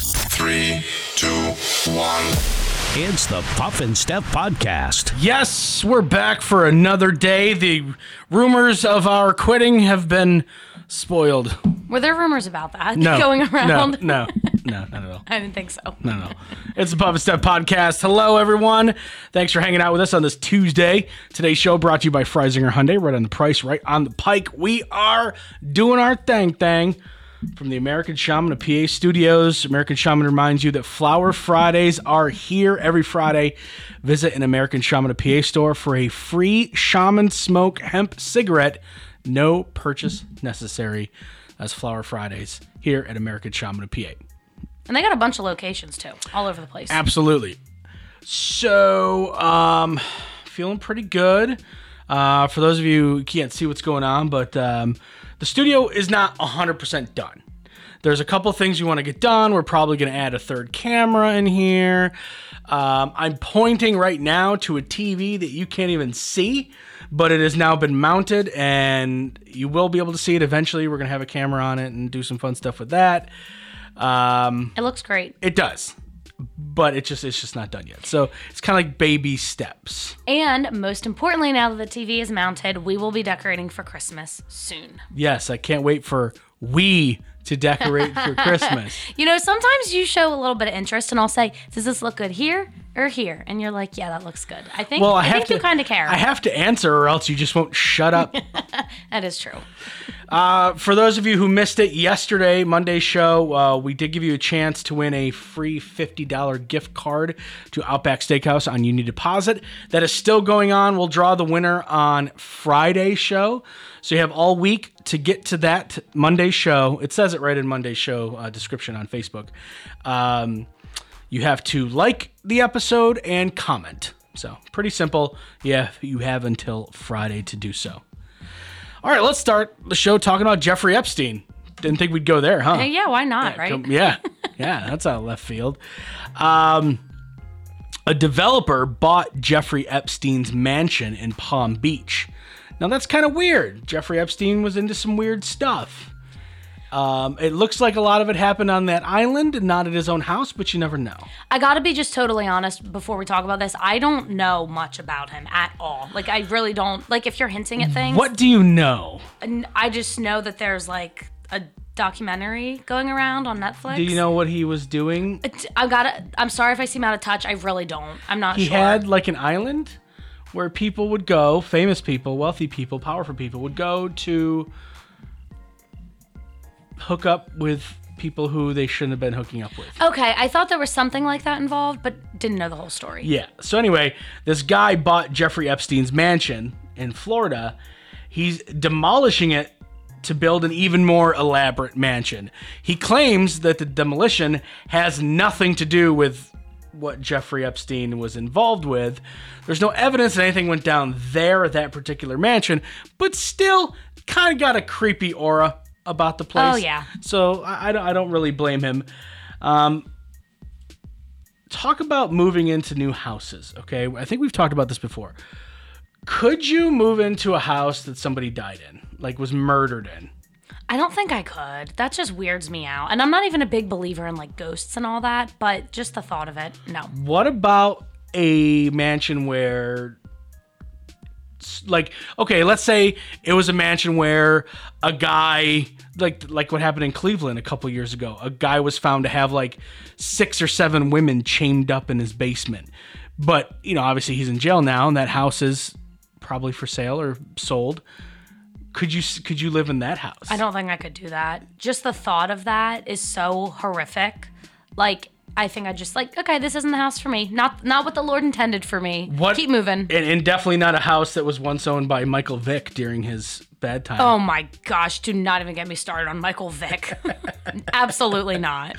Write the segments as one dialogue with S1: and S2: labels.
S1: Three, two, one.
S2: It's the Puff and Steph Podcast.
S3: Yes, we're back for another day. The rumors of our quitting have been spoiled.
S4: Were there rumors about that
S3: No.
S4: going around?
S3: No, no, no, not at all.
S4: I didn't think so.
S3: No, no. It's the Puff and Step Podcast. Hello, everyone. Thanks for hanging out with us on this Tuesday. Today's show brought to you by Freisinger Hyundai, right on the price, right on the pike. We are doing our thing thing. From the American Shaman of PA Studios, American Shaman reminds you that Flower Fridays are here every Friday. Visit an American Shaman of PA store for a free Shaman Smoke Hemp cigarette. No purchase necessary. That's Flower Fridays here at American Shaman of PA.
S4: And they got a bunch of locations too, all over the place.
S3: Absolutely. So, um, feeling pretty good. Uh, for those of you who can't see what's going on, but um, the studio is not 100% done. There's a couple things we want to get done. We're probably going to add a third camera in here. Um, I'm pointing right now to a TV that you can't even see, but it has now been mounted and you will be able to see it eventually. We're going to have a camera on it and do some fun stuff with that. Um,
S4: It looks great.
S3: it does, but it just it's just not done yet. So it's kind of like baby steps.
S4: And most importantly, now that the TV is mounted, we will be decorating for Christmas soon.
S3: Yes, I can't wait for we to decorate for Christmas.
S4: You know, sometimes you show a little bit of interest and I'll say, Does this look good here or here? And you're like, Yeah, that looks good. I think
S3: Well, I,
S4: I,
S3: have
S4: think
S3: to
S4: you kinda care.
S3: I have to answer, or else you just won't shut up.
S4: that is true.
S3: for those of you who missed it yesterday, Monday's show, uh, we did give you a chance to win a free $50 gift card to Outback Steakhouse on Uni Deposit. That is still going on. We'll draw the winner on Friday's show. So you have all week to get to that Monday show. It says it right in Monday's show uh, description on Facebook. Um, you have to like the episode and comment. So pretty simple. Yeah, you have until Friday to do so. All right, let's start the show talking about Jeffrey Epstein. Didn't think we'd go there, huh?
S4: Hey, yeah, why not, right?
S3: Come- yeah, yeah, that's out of left field. Um, a developer bought Jeffrey Epstein's mansion in Palm Beach. Now that's kind of weird. Jeffrey Epstein was into some weird stuff. Um, it looks like a lot of it happened on that island and not at his own house, but you never know.
S4: I gotta be just totally honest before we talk about this. I don't know much about him at all. Like I really don't like if you're hinting at things.
S3: What do you know?
S4: And I just know that there's like a documentary going around on Netflix.
S3: Do you know what he was doing?
S4: I gotta. I'm sorry if I seem out of touch. I really don't. I'm not
S3: he
S4: sure.
S3: had like an island where people would go, famous people, wealthy people, powerful people would go to hook up with people who they shouldn't have been hooking up with.
S4: okay, I thought there was something like that involved, but didn't know the whole story.
S3: Yeah. So anyway, this guy bought Jeffrey Epstein's mansion in Florida. He's demolishing it to build an even more elaborate mansion. He claims that the demolition has nothing to do with what Jeffrey Epstein was involved with. There's no evidence that anything went down there at that particular mansion, but still kind of got a creepy aura about the place.
S4: Oh, yeah.
S3: So I, I don't, I don't really blame him. Um, talk about moving into new houses, okay? I think we've talked about this before. Could you move into a house that somebody died in, like was murdered in?
S4: I don't think I could. That just weirds me out. And I'm not even a big believer in like ghosts and all that, but just the thought of it, no.
S3: What about a mansion where s- like okay, let's say it was a mansion where a guy like like what happened in Cleveland a couple years ago. A guy was found to have like six or seven women chained up in his basement. But, you know, obviously he's in jail now and that house is probably for sale or sold. Could you s- could you live in that house?
S4: I don't think I could do that. Just the thought of that is so horrific. Like I think I just like okay, this isn't the house for me. Not not what the Lord intended for me.
S3: What-
S4: Keep moving.
S3: And, and definitely not a house that was once owned by Michael Vick during his bad time.
S4: Oh my gosh, do not even get me started on Michael Vick. Absolutely not.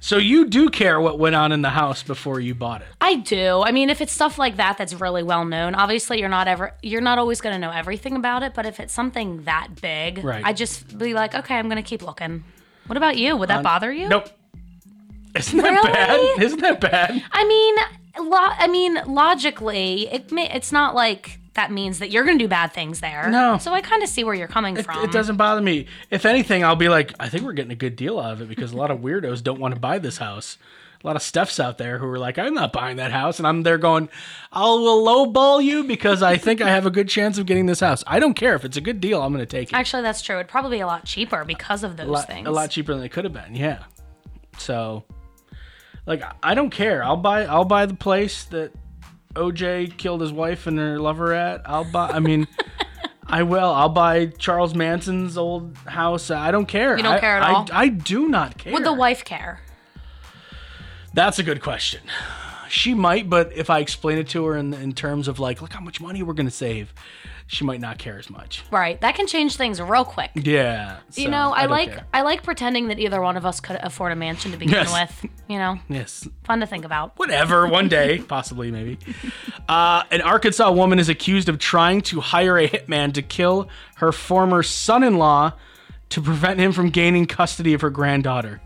S3: So you do care what went on in the house before you bought it.
S4: I do. I mean, if it's stuff like that that's really well known, obviously you're not ever you're not always going to know everything about it, but if it's something that big,
S3: Right.
S4: I just be like, "Okay, I'm going to keep looking." What about you? Would that bother you?
S3: Um, Nope. Isn't that
S4: Really?
S3: bad? Isn't that bad?
S4: I mean, lo- I mean, logically, it may, it's not like that means that you're going to do bad things there.
S3: No.
S4: So I kind of see where you're coming
S3: It,
S4: from.
S3: it doesn't bother me. If anything, I'll be like, I think we're getting a good deal out of it because a lot of weirdos don't want to buy this house. A lot of stuffs out there who are like, I'm not buying that house, and I'm there going, I will lowball you because I think I have a good chance of getting this house. I don't care if it's a good deal. I'm going to take it.
S4: Actually, that's true. It'd probably be a lot cheaper because of those
S3: a lot,
S4: things.
S3: a lot cheaper than it could have been. Yeah. So, like, I- I don't care. I'll buy. I'll buy the place that OJ killed his wife and her lover at. I'll buy. I mean, I will. I'll buy Charles Manson's old house. I don't care.
S4: You don't
S3: I-
S4: care at
S3: I-
S4: all?
S3: I do not care.
S4: Would the wife care?
S3: That's a good question. She might, but if I explain it to her in, in terms of like, look how much money we're gonna save, she might not care as much.
S4: Right. That can change things real quick.
S3: Yeah.
S4: You
S3: so
S4: know, I,
S3: don't
S4: like
S3: care.
S4: I like pretending that either one of us could afford a mansion to begin
S3: Yes.
S4: with. You know,
S3: Yes.
S4: fun to think about.
S3: whatever, one day, possibly, maybe. Uh, an Arkansas woman is accused of trying to hire a hitman to kill her former son in law to prevent him from gaining custody of her granddaughter.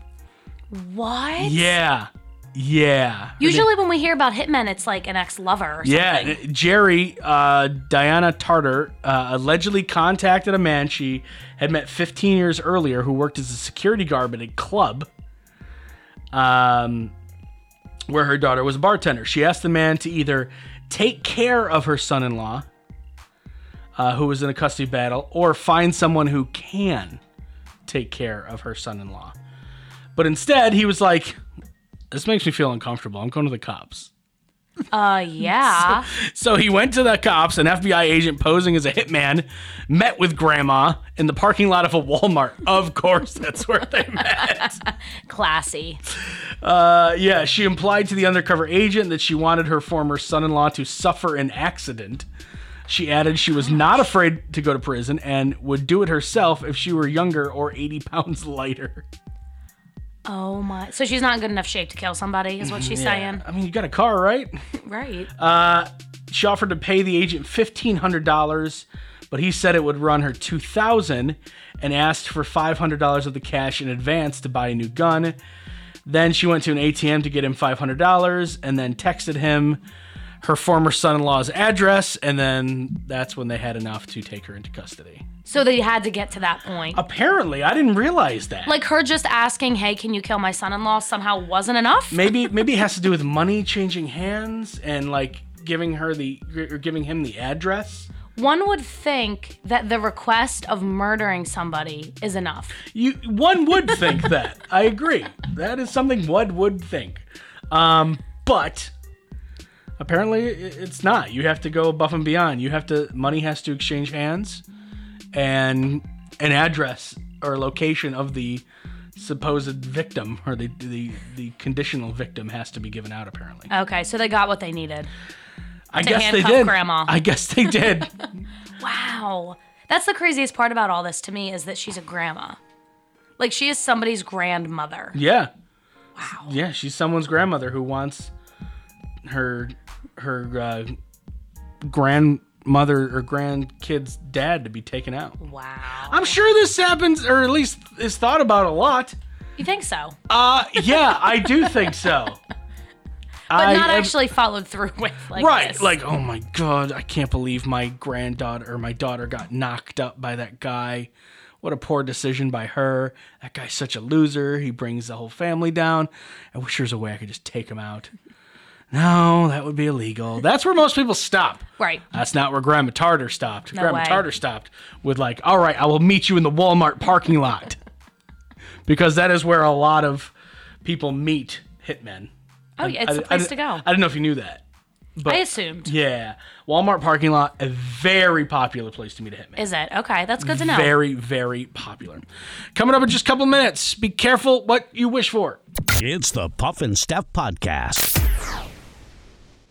S4: What?
S3: Yeah. Yeah.
S4: Usually, when we hear about hitmen, it's like an ex-lover. Or
S3: Yeah,
S4: something.
S3: Jerry, uh, Diana Tartar, uh, allegedly contacted a man she had met 15 years earlier who worked as a security guard at a club um, where her daughter was a bartender. She asked the man to either take care of her son in law, uh, who was in a custody battle, or find someone who can take care of her son in law. But instead, he was like, This makes me feel uncomfortable. I'm going to the cops.
S4: Uh, yeah.
S3: So he went to the cops, an FBI agent posing as a hitman, met with grandma in the parking lot of a Walmart. Of course, that's where they met.
S4: Classy.
S3: Uh, yeah, she implied to the undercover agent that she wanted her former son in law to suffer an accident. She added she was not afraid to go to prison and would do it herself if she were younger or 80 pounds lighter.
S4: Oh my. So she's not in good enough shape to kill somebody, is what she's saying.
S3: I mean, you got a car, right?
S4: Right.
S3: Uh, She offered to pay the agent fifteen hundred dollars, but he said it would run her two thousand, and asked for five hundred dollars of the cash in advance to buy a new gun. Then she went to an ATM to get him five hundred dollars, and then texted him her former son-in-law's address, and then that's when they had enough to take her into custody.
S4: so they had to get to that point.
S3: uh, Apparently, I didn't realize that.
S4: like her just asking, "Hey, can you kill my son-in-law?" somehow wasn't enough.
S3: maybe maybe it has to do with money changing hands and like giving her the or giving him the address.
S4: One would think that the request of murdering somebody is enough.
S3: You one would think that. I agree. That is something one would think. Um, but apparently i- it's not. You have to go above and beyond. You have to money has to exchange hands and an address or location of the supposed victim or the the, the conditional victim has to be given out apparently.
S4: Okay, so they got what they needed.
S3: I guess they
S4: handcuff
S3: did.
S4: grandma.
S3: I guess they did.
S4: Wow. That's the craziest part about all this to me is that she's a grandma. Like she is somebody's grandmother.
S3: yeah. Wow. Yeah, she's someone's grandmother who wants her her uh, grandmother or grandkid's dad to be taken out.
S4: Wow.
S3: I'm sure this happens, or at least is thought about a lot.
S4: You think so?
S3: Uh, yeah, I do think so.
S4: But
S3: I
S4: not
S3: am-
S4: actually followed through with like
S3: right.
S4: this.
S3: Like, oh my god, I can't believe my granddaughter or my daughter got knocked up by that guy. What a poor decision by her. That guy's such a loser. He brings the whole family down. I wish there was a way I could just take him out. No, that would be illegal. That's where most people stop.
S4: Right.
S3: That's not where Grandma Tartar stopped.
S4: No
S3: Grandma
S4: way.
S3: Tartar stopped with like, all right, I will meet you in the Walmart parking lot. because that is where a lot of people meet hitmen.
S4: Oh yeah, it's
S3: I-
S4: the
S3: I
S4: place
S3: didn't-
S4: to go.
S3: I didn't know if you knew that.
S4: I assumed.
S3: Yeah. Walmart parking lot, a very popular place to meet a hitman.
S4: Is it? Okay, that's good to know.
S3: Very, very popular. Coming up in just a couple minutes, be careful what you wish for.
S2: It's the Puff and Steph Podcast.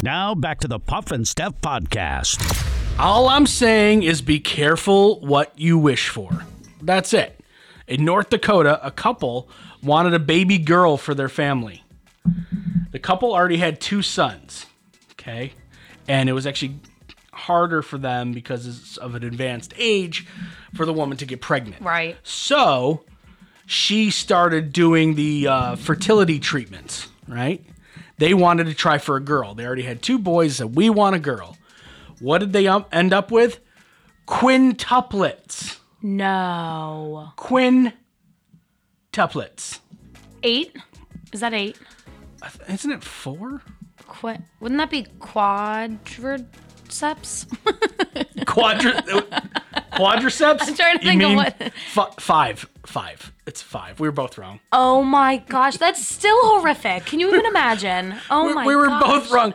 S2: Now back to the Puff and Steph podcast.
S3: All I'm saying is be careful what you wish for. That's it. In North Dakota, a couple wanted a baby girl for their family. The couple already had two sons, okay? And it was actually harder for them because it's of an advanced age for the woman to get pregnant.
S4: Right.
S3: So she started doing the uh, fertility treatments, right? They wanted to try for a girl. They already had two boys, so we want a girl. What did they um, end up with? Quintuplets.
S4: No.
S3: Quintuplets.
S4: Eight? Is that eight?
S3: Isn't it four?
S4: Qu- wouldn't that be quadriceps?
S3: Quadri- quadriceps? I'm
S4: trying to think of what-
S3: five. Five. It's five. We were both wrong.
S4: oh my gosh, that's still horrific. Can you even imagine? Oh
S3: We-
S4: my
S3: we were
S4: gosh.
S3: both wrong.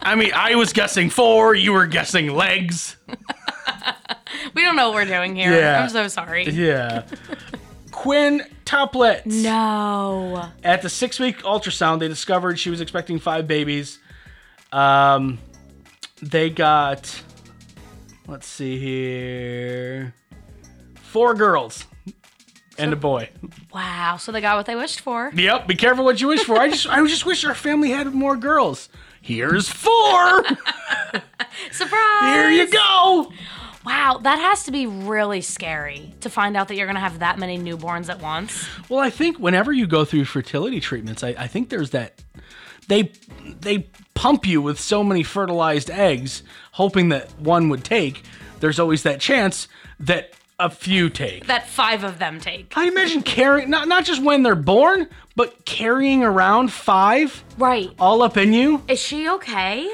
S3: I mean, I was guessing four. You were guessing legs.
S4: We don't know what we're doing here.
S3: Yeah.
S4: I'm so sorry.
S3: Yeah. Quintuplets.
S4: No.
S3: At the six week ultrasound, they discovered she was expecting five babies. Um, they got, let's see here, four girls and a boy.
S4: Wow. So they got what they wished for.
S3: Yep, be careful what you wish for. I just, I just wish our family had more girls. Here's four.
S4: Surprise.
S3: Here you go.
S4: Wow, that has to be really scary to find out that you're going to have that many newborns at once.
S3: Well, I think whenever you go through fertility treatments, I, I think there's that they they pump you with so many fertilized eggs, hoping that one would take. There's always that chance that a few take.
S4: That five of them take.
S3: I imagine carrying not not just when they're born, but carrying around five
S4: Right.
S3: all up in you.
S4: Is she okay?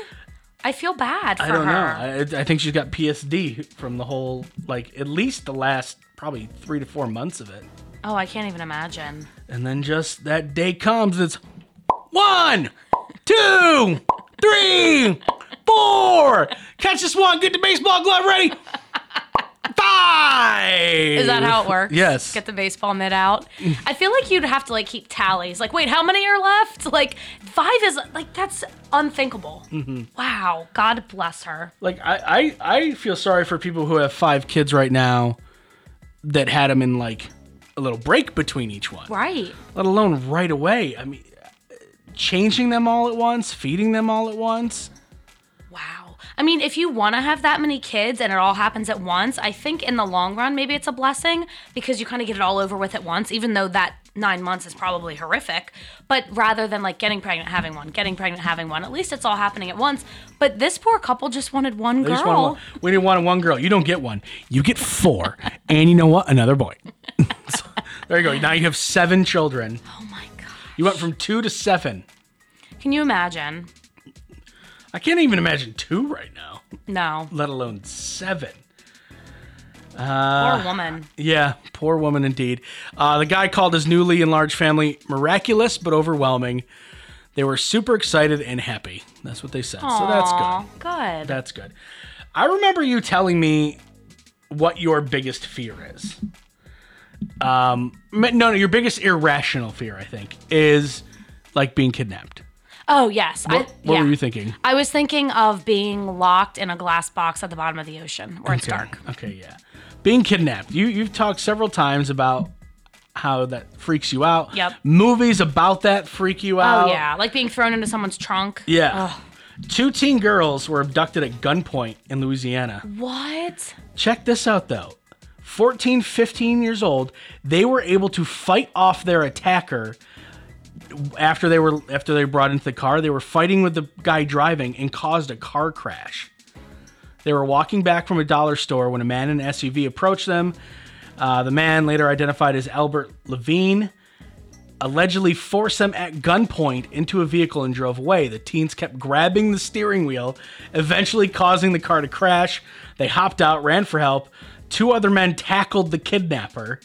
S4: I feel bad for
S3: I don't know.
S4: her.
S3: I, I think she's got PSD from the whole like at least the last probably three to four months of it.
S4: Oh, I can't even imagine.
S3: And then just that day comes, it's one, two, three, four. Catch this one, get the baseball glove ready. Five.
S4: Is that how it works?
S3: Yes. Mm.
S4: Get the baseball mitt out. I feel like you'd have to like keep tallies. Like, wait, how many are left? Like, five is like that's unthinkable.
S3: Mm-hmm.
S4: Wow. God bless her.
S3: like I, I, I feel sorry for people who have five kids right now that had them in like a little break between each one,
S4: Right.
S3: let alone right away. I mean, changing them all at once, feeding them all at once.
S4: Wow. I mean, if you want to have that many kids and it all happens at once, I think in the long run, maybe it's a blessing because you kind of get it all over with at once, even though that nine months is probably horrific. But rather than like getting pregnant, having one, getting pregnant, having one, at least it's all happening at once. But this poor couple just wanted one
S3: They
S4: girl.
S3: just wanted one. We didn't want one girl. You don't get one. You get four, and you know what? Another boy. So, there you go. Now you have seven children.
S4: Oh my God.
S3: You went from two to seven.
S4: Can you imagine?
S3: I can't even imagine two right now,
S4: No.
S3: let alone seven. Uh,
S4: Poor woman.
S3: Yeah, poor woman indeed. Uh, the guy called his newly enlarged family miraculous but overwhelming. They were super excited and happy. That's what they said. So that's good.
S4: Aw, Good.
S3: That's good. I remember you telling me what your biggest fear is. Um, ma- no, no, your biggest irrational fear, I think, is like being kidnapped.
S4: oh yes. I,
S3: What, what
S4: yeah.
S3: were you thinking?
S4: I was thinking of being locked in a glass box at the bottom of the ocean where it's dark.
S3: Okay, yeah. Being kidnapped. You you've talked several times about how that freaks you out.
S4: Yep.
S3: Movies about that freak you
S4: Oh
S3: out.
S4: yeah, like being thrown into someone's trunk.
S3: Yeah. Two teen girls were abducted at gunpoint in Louisiana.
S4: What?
S3: Check this out though. 14, 15 years old, they were able to fight off their attacker after they were after they were brought into the car. They were fighting with the guy driving and caused a car crash. They were walking back from a dollar store when a man in an SUV approached them. Uh, the man, later identified as Albert Levine, allegedly forced them at gunpoint into a vehicle and drove away. The teens kept grabbing the steering wheel, eventually causing the car to crash. They hopped out, ran for help. Two other men tackled the kidnapper.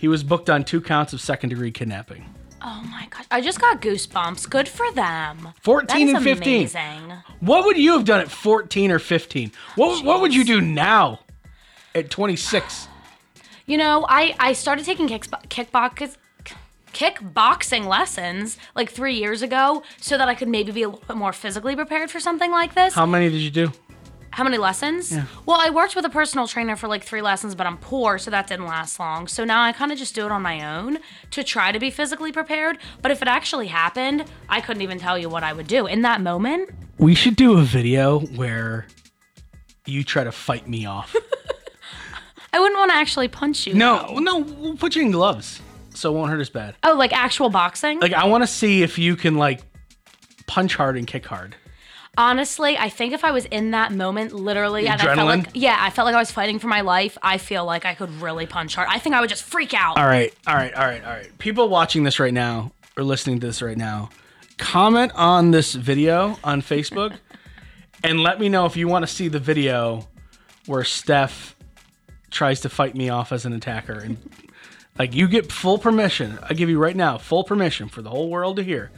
S3: He was booked on two counts of second degree kidnapping.
S4: Oh my gosh! I just got goosebumps. Good for them.
S3: 14
S4: That
S3: and
S4: is
S3: 15.
S4: Amazing.
S3: What would you have done at 14 or 15? What, what would you do now at 26?
S4: You know, I I started taking kicks, kickbox kickboxing lessons like three years ago so that I could maybe be a little bit more physically prepared for something like this.
S3: How many did you do?
S4: How many lessons? Well, I worked with a personal trainer for like three lessons, but I'm poor, so that didn't last long. So now I kind of just do it on my own to try to be physically prepared. But if it actually happened, I couldn't even tell you what I would do in that moment.
S3: We should do a video where you try to fight me off.
S4: I wouldn't want to actually punch you.
S3: no, no, we'll put you in gloves so it won't hurt as bad.
S4: Oh, like actual boxing?
S3: Like I want to see if you can like punch hard and kick hard.
S4: Honestly, I think if I was in that moment, literally, and I felt
S3: Adrenaline?
S4: like, yeah, I felt like I was fighting for my life. I feel like I could really punch hard. I think I would just freak out.
S3: All right, all right, all right, all right. People watching this right now or listening to this right now, comment on this video on Facebook and let me know if you want to see the video where Steph tries to fight me off as an attacker and like you get full permission. I give you right now full permission for the whole world to hear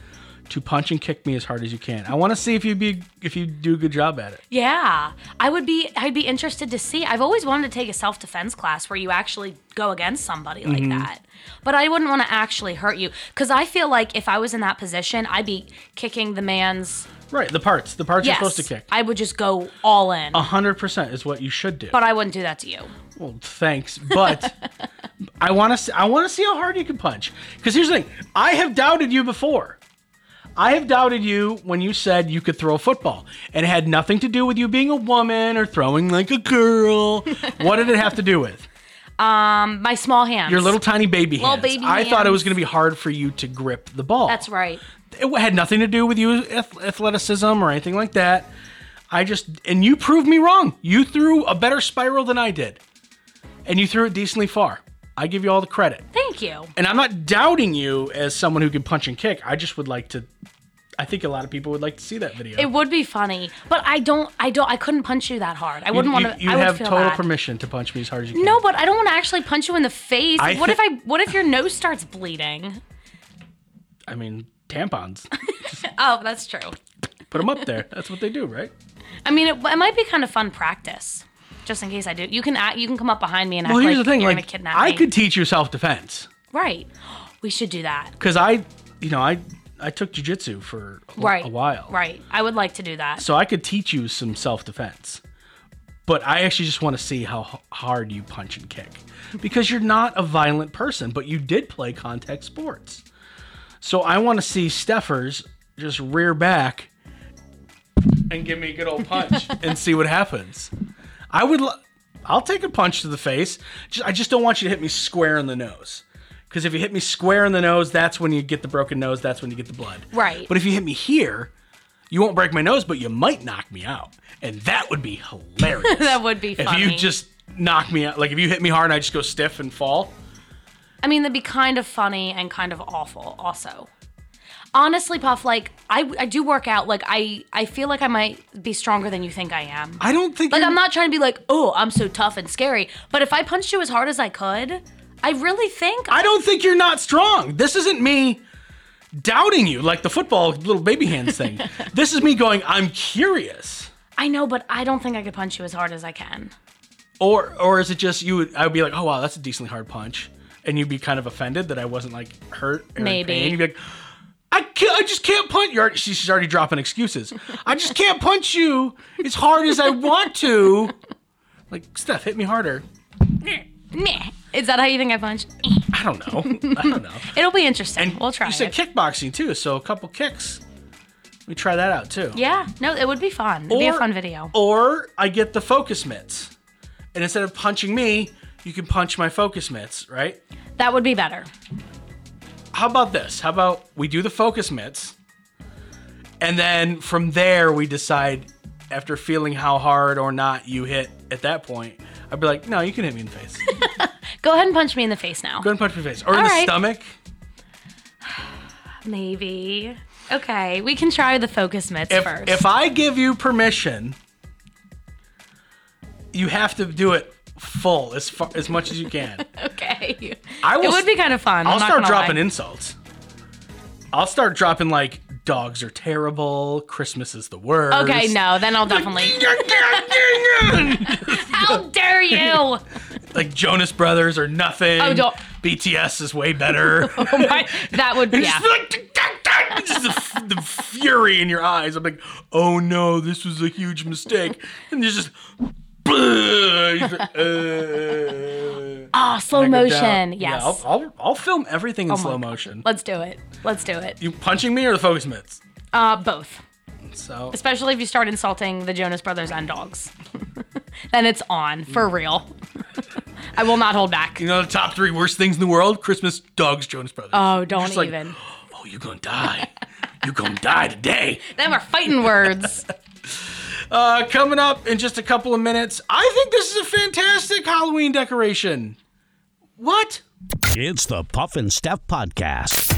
S3: to punch and kick me as hard as you can. I want to see if you be if you do a good job at it.
S4: Yeah, I would be. I'd be interested to see. I've always wanted to take a self defense class where you actually go against somebody like
S3: Mm-hmm.
S4: that. But I wouldn't want to actually hurt you because I feel like if I was in that position, I'd be kicking the man's.
S3: Right, the parts, the parts
S4: Yes,
S3: you're supposed to kick. Uh-huh.
S4: I would just go all in.
S3: hundred percent is what you should do.
S4: but I wouldn't do that to you.
S3: well, thanks, but I want to. See, I want to see how hard you can punch. Because here's the thing: I have doubted you before. I have doubted you when you said you could throw a football, and it had nothing to do with you being a woman or throwing like a girl. what did it have to do with
S4: My small hands.
S3: your little tiny baby
S4: Little
S3: hands?
S4: baby
S3: I thought it
S4: hands.
S3: was going to be hard for you to grip the ball.
S4: That's right.
S3: It had nothing to do with you ath- athleticism or anything like that. I just and you proved me wrong. You threw a better spiral than I did, and you threw it decently far. I give you all the credit,
S4: Thank you.
S3: and I'm not doubting you as someone who can punch and kick. I just would like to. I think a lot of people would like to see that video.
S4: It would be funny, but I don't. I don't. I couldn't punch you that hard. I wouldn't
S3: you,
S4: want to.
S3: You,
S4: I
S3: you
S4: would
S3: have
S4: feel
S3: total
S4: bad.
S3: permission to punch me as hard as you can.
S4: No, but I don't want to actually punch you in the face.
S3: I
S4: what
S3: thi-
S4: if I? What if your nose starts bleeding?
S3: I mean tampons.
S4: Oh, that's true.
S3: Put them up there. That's what they do, right?
S4: I mean, it, it might be kind of fun practice, just in case I do. You can act, you can come up behind me and
S3: Well,
S4: act
S3: here's
S4: like
S3: the thing:
S4: you're
S3: like
S4: gonna kidnap
S3: I
S4: me.
S3: could teach you self defense.
S4: Right. We should do that.
S3: because I, you know, I I took jujitsu for a,
S4: Right.
S3: a while,
S4: Right. I would like to do that.
S3: so I could teach you some self defense. But I actually just want to see how h- hard you punch and kick, because you're not a violent person, but you did play contact sports. So I want to see Steffers just rear back and give me a good old punch and see what happens. I would. Lo- I'll take a punch to the face. Just, I just don't want you to hit me square in the nose. Because if you hit me square in the nose, that's when you get the broken nose. That's when you get the blood.
S4: Right.
S3: But if you hit me here, you won't break my nose, but you might knock me out, and that would be hilarious.
S4: That would be
S3: If you
S4: funny.
S3: just knock me out, like if you hit me hard and I just go stiff and fall.
S4: I mean, that'd be kind of funny and kind of awful, also. honestly, Puff, like I, I do work out. Like I, I feel like I might be stronger than you think I am.
S3: I don't think
S4: like
S3: you're-
S4: I'm not trying to be like, oh, I'm so tough and scary. But if I punched you as hard as I could, I really think
S3: I don't think you're not strong. This isn't me doubting you like the football little baby hands thing. this is me going, I'm curious.
S4: I know, but I don't think I could punch you as hard as I can.
S3: Or or is it just you would I would be like, Oh wow, that's a decently hard punch. And you'd be kind of offended that I wasn't like hurt or in
S4: Maybe.
S3: pain. You'd be like, I can't, I just can't punch you. She's she's already dropping excuses. I just can't punch you as hard as I want to. Like, Steph, hit me harder.
S4: Meh. Is that how you think I punch?
S3: I don't know. I don't know.
S4: It'll be interesting. we'll try
S3: You said
S4: it.
S3: kickboxing too, so a couple kicks. We try that out too.
S4: yeah, no, it would be fun. It'd be a
S3: Or- Oh.
S4: fun video.
S3: Or I get the focus mitts. And instead of punching me, you can punch my focus mitts, right?
S4: That would be better.
S3: How about this? How about we do the focus mitts? And then from there, we decide after feeling how hard or not you hit at that point. I'd be like, no, you can hit me in the face. Go
S4: Go ahead and punch me in the face now.
S3: ahead and punch me in the face. Or in
S4: All
S3: the
S4: right.
S3: stomach.
S4: Maybe. Okay, we can try the focus mitts
S3: If,
S4: first.
S3: if I give you permission, you have to do it full as far, as much as you can.
S4: okay.
S3: I will
S4: it would be kind of fun. i
S3: I'll start dropping insults. I'll start dropping like dogs are terrible, Christmas is the worst.
S4: Okay, no, then I'll definitely. How dare you?
S3: like Jonas Brothers are nothing.
S4: Oh, don't- Oh,
S3: BTS is way better.
S4: My- that would be. Yeah.
S3: Just like, just the, f- the fury in your eyes. I'm like, oh no, this was a huge mistake. And there's just. uh,
S4: Ah, slow motion.
S3: Yeah,
S4: Yes. Oh
S3: I'll, I'll, I'll film everything in slow
S4: my God.
S3: motion.
S4: Let's do it. Let's do it.
S3: You punching me or the focus mitts?
S4: Uh, both.
S3: So
S4: Especially if you start insulting the Jonas Brothers and dogs. then it's on for real. I will not hold back.
S3: You know the top three worst things in the world? Christmas, dogs, Jonas Brothers.
S4: Oh,
S3: You're
S4: don't
S3: just like,
S4: even.
S3: oh, you're gonna die. you're gonna die today.
S4: Then we're fighting words.
S3: Uh, coming up in just a couple of minutes, I think this is a fantastic Halloween decoration. What?
S2: It's the Puff and Steph Podcast.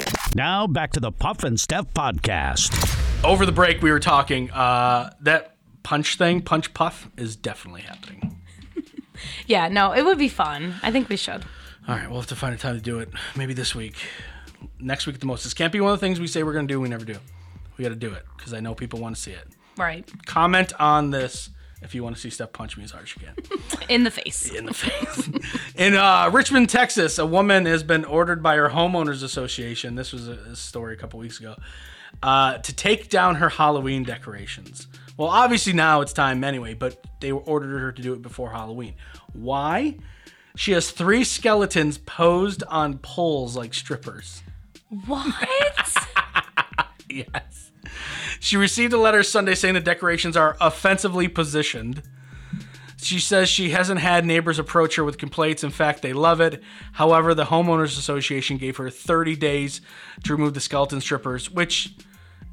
S2: Now back to the Puff and Steph Podcast.
S3: over the break we were talking uh that punch thing punch puff is definitely happening
S4: Yeah, no, it would be fun. I think we should.
S3: all right we'll have to find a time to do it maybe this week next week at the most this can't be one of the things we say we're gonna do we never do we gotta do it because i know people want to see it
S4: Right.
S3: comment on this
S5: If you want to see Steph punch me as hard as you can.
S4: in the face.
S5: in the face. in uh, Richmond, Texas, a woman has been ordered by her homeowners association. This was a, a story a couple weeks ago uh, to take down her Halloween decorations. Well, obviously now it's time anyway, but they ordered her to do it before Halloween. Why? She has three skeletons posed on poles like strippers.
S4: What?
S5: Yes. She received a letter Sunday saying the decorations are offensively positioned. She says she hasn't had neighbors approach her with complaints. In fact, they love it. However, the homeowners association gave her 30 days to remove the skeleton strippers, which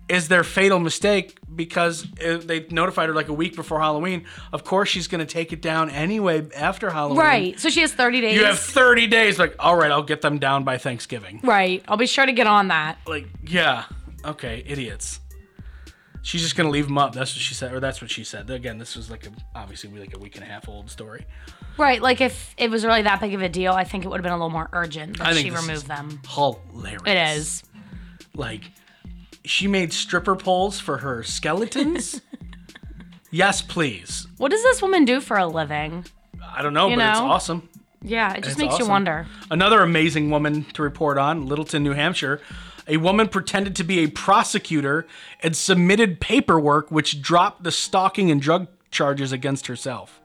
S5: is their fatal mistake because uh, they notified her like a week before Halloween. Of course, she's going to take it down anyway after Halloween.
S6: Right. So she has 30 days.
S5: You have 30 days. Like, all right, I'll get them down by Thanksgiving
S6: right. I'll be sure to get on that.
S5: like yeah okay idiots she's just gonna leave them up that's what she said or that's what she said again this was like a obviously like a week and a half old story
S4: right, like if it was really that big of a deal, I think it would have been a little more urgent
S5: I
S4: that
S5: think
S4: she
S5: this is-
S4: removed them.
S5: hilarious
S4: It is.
S5: like she made stripper poles for her skeletons yes please
S4: What does this woman do for a living?
S5: i don't know
S4: You
S5: but it's
S4: know?
S5: awesome
S4: Yeah, it just
S5: It's
S4: makes
S5: awesome.
S4: you wonder.
S5: Another amazing woman to report on, Littleton, New Hampshire. A woman pretended to be a prosecutor and submitted paperwork which dropped the stalking and drug charges against herself.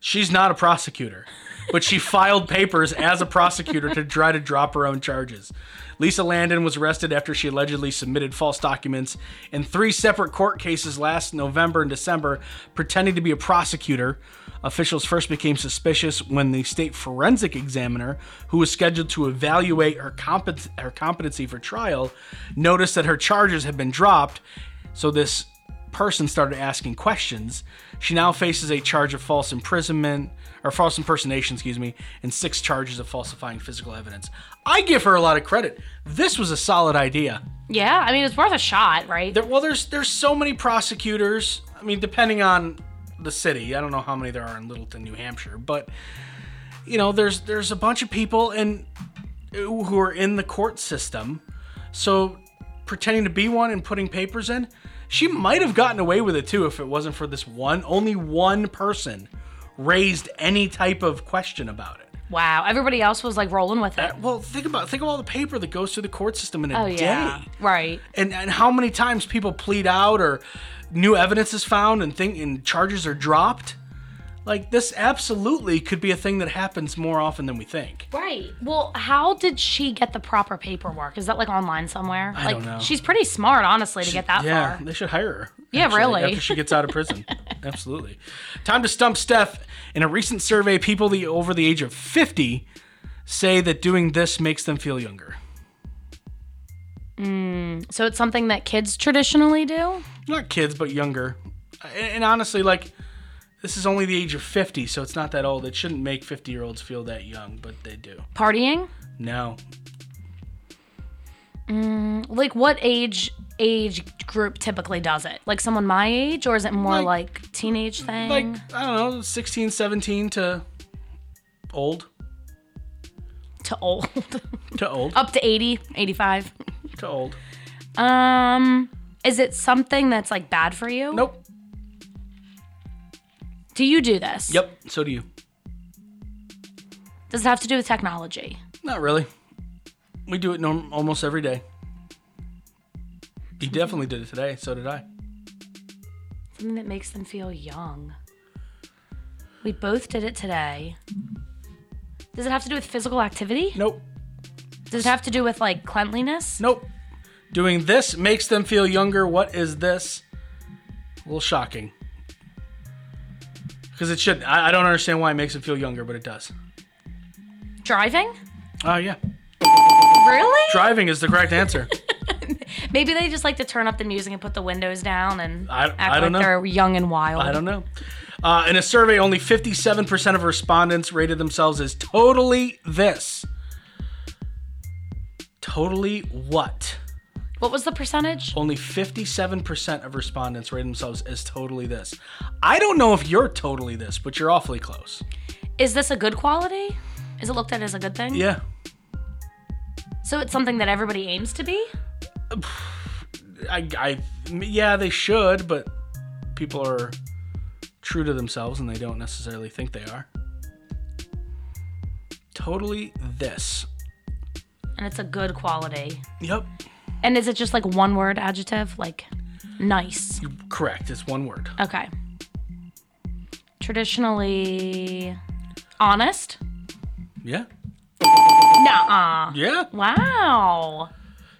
S5: She's not a prosecutor, but she filed papers as a prosecutor to try to drop her own charges. Lisa Landon was arrested after she allegedly submitted false documents in three separate court cases last November and December, pretending to be a prosecutor. Officials first became suspicious when the state forensic examiner, who was scheduled to evaluate her, compet- her competency for trial, noticed that her charges had been dropped. So this person started asking questions. She now faces a charge of false imprisonment or false impersonation, excuse me, and six charges of falsifying physical evidence. I give her a lot of credit. This was a solid idea.
S4: Yeah, I mean, it's worth a shot, right?
S5: There, well, there's there's so many prosecutors. I mean, depending on the city, I don't know how many there are in Littleton, New Hampshire, but you know, there's there's a bunch of people and who are in the court system. So pretending to be one and putting papers in, she might have gotten away with it too if it wasn't for this one. Only one person raised any type of question about it. Uh,
S4: wow, everybody else was like rolling with it.
S5: Well, think about think of all the paper that goes through the court system in a
S4: Oh,
S5: day
S4: yeah. Right.
S5: and and how many times people plead out or new evidence is found and thing and charges are dropped like this absolutely could be a thing that happens more often than we think
S4: Right. Well, how did she get the proper paperwork? Is that like online somewhere? I like
S5: don't know.
S4: she's pretty smart, honestly, to get that
S5: yeah
S4: far.
S5: they should hire her
S4: Yeah,
S5: actually,
S4: really.
S5: after she gets out of prison absolutely time to stump steph in a recent survey people the over the age of 50 say that doing this makes them feel younger
S4: So it's something that kids traditionally do.
S5: not kids but younger and, and honestly like this is only the age of 50 so it's not that old it shouldn't make 50 year olds feel that young but they do
S4: Partying.
S5: no
S4: Like what age age group typically does it? Like someone my age, or is it more like,
S5: Like-
S4: teenage thing?
S5: like i don't know 16 17 to old
S4: to old,
S5: to old
S4: up to 80, 85.
S5: to old
S4: Um, is it something that's like bad for you?
S5: nope
S4: Do you do this?
S5: yep so do you
S4: Does it have to do with technology?
S5: not really we do it norm- almost every day you definitely did it today so did i
S4: Something that makes them feel young. We both did it today. Does it have to do with physical activity?
S5: nope
S4: Does it have to do with like cleanliness?
S5: nope doing this makes them feel younger what is this a little shocking because it should I-, I don't understand why it makes them feel younger but it does
S4: Driving?
S5: oh yeah
S4: Really?
S5: driving is the correct answer
S4: Maybe they just like to turn up the music and put the windows down and
S5: I-
S4: act
S5: I don't
S4: like
S5: know.
S4: they're young and wild.
S5: I don't know. Uh, in a survey, only 57% of respondents rated themselves as totally this. Totally what?
S4: What was the percentage?
S5: Only 57% of respondents rated themselves as totally this. I don't know if you're totally this, but you're awfully close.
S4: Is this a good quality? Is it looked at as a good thing?
S5: Yeah.
S4: So it's something that everybody aims to be?
S5: I, I yeah, they should, but people are true to themselves and they don't necessarily think they are. Totally this.
S7: And it's a good quality.
S5: Yep,
S7: And is it just like one word adjective? Like nice.
S5: you correct. It's one word.
S7: Okay. Traditionally honest?
S5: Yeah.
S7: Nuh-uh.
S5: Yeah.
S7: Wow.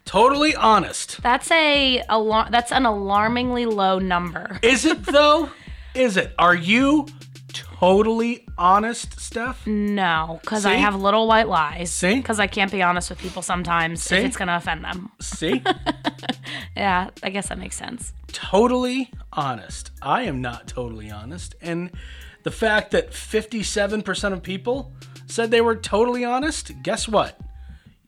S5: Totally honest.
S7: That's a alar- that's an alarmingly low number.
S5: Is it though? Is it? Are you totally honest, Steph?
S7: No, because I
S5: See?
S7: have little white lies.
S5: See?
S7: Because I can't be honest with people sometimes
S5: See?
S7: if it's gonna offend them.
S5: See?
S7: Yeah, I guess that makes sense.
S5: totally honest. I am not totally honest. And the fact that 57% of people said they were totally honest, guess what?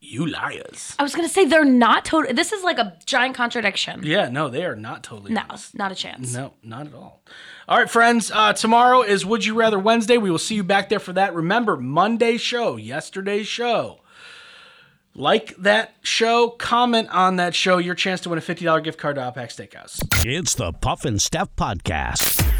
S5: You liars.
S7: I was gonna say they're not total. This is like a giant contradiction.
S5: Yeah, no, they are not totally
S7: No,
S5: honest.
S7: not a chance.
S5: No, not at all. All right, friends. Uh, tomorrow is Would You Rather Wednesday. We will see you back there for that. Remember, Monday's show, yesterday's show. Like that show, comment on that show. Your chance to win a $50 gift card to Outback Steakhouse.
S2: It's the Puff and Steph Podcast.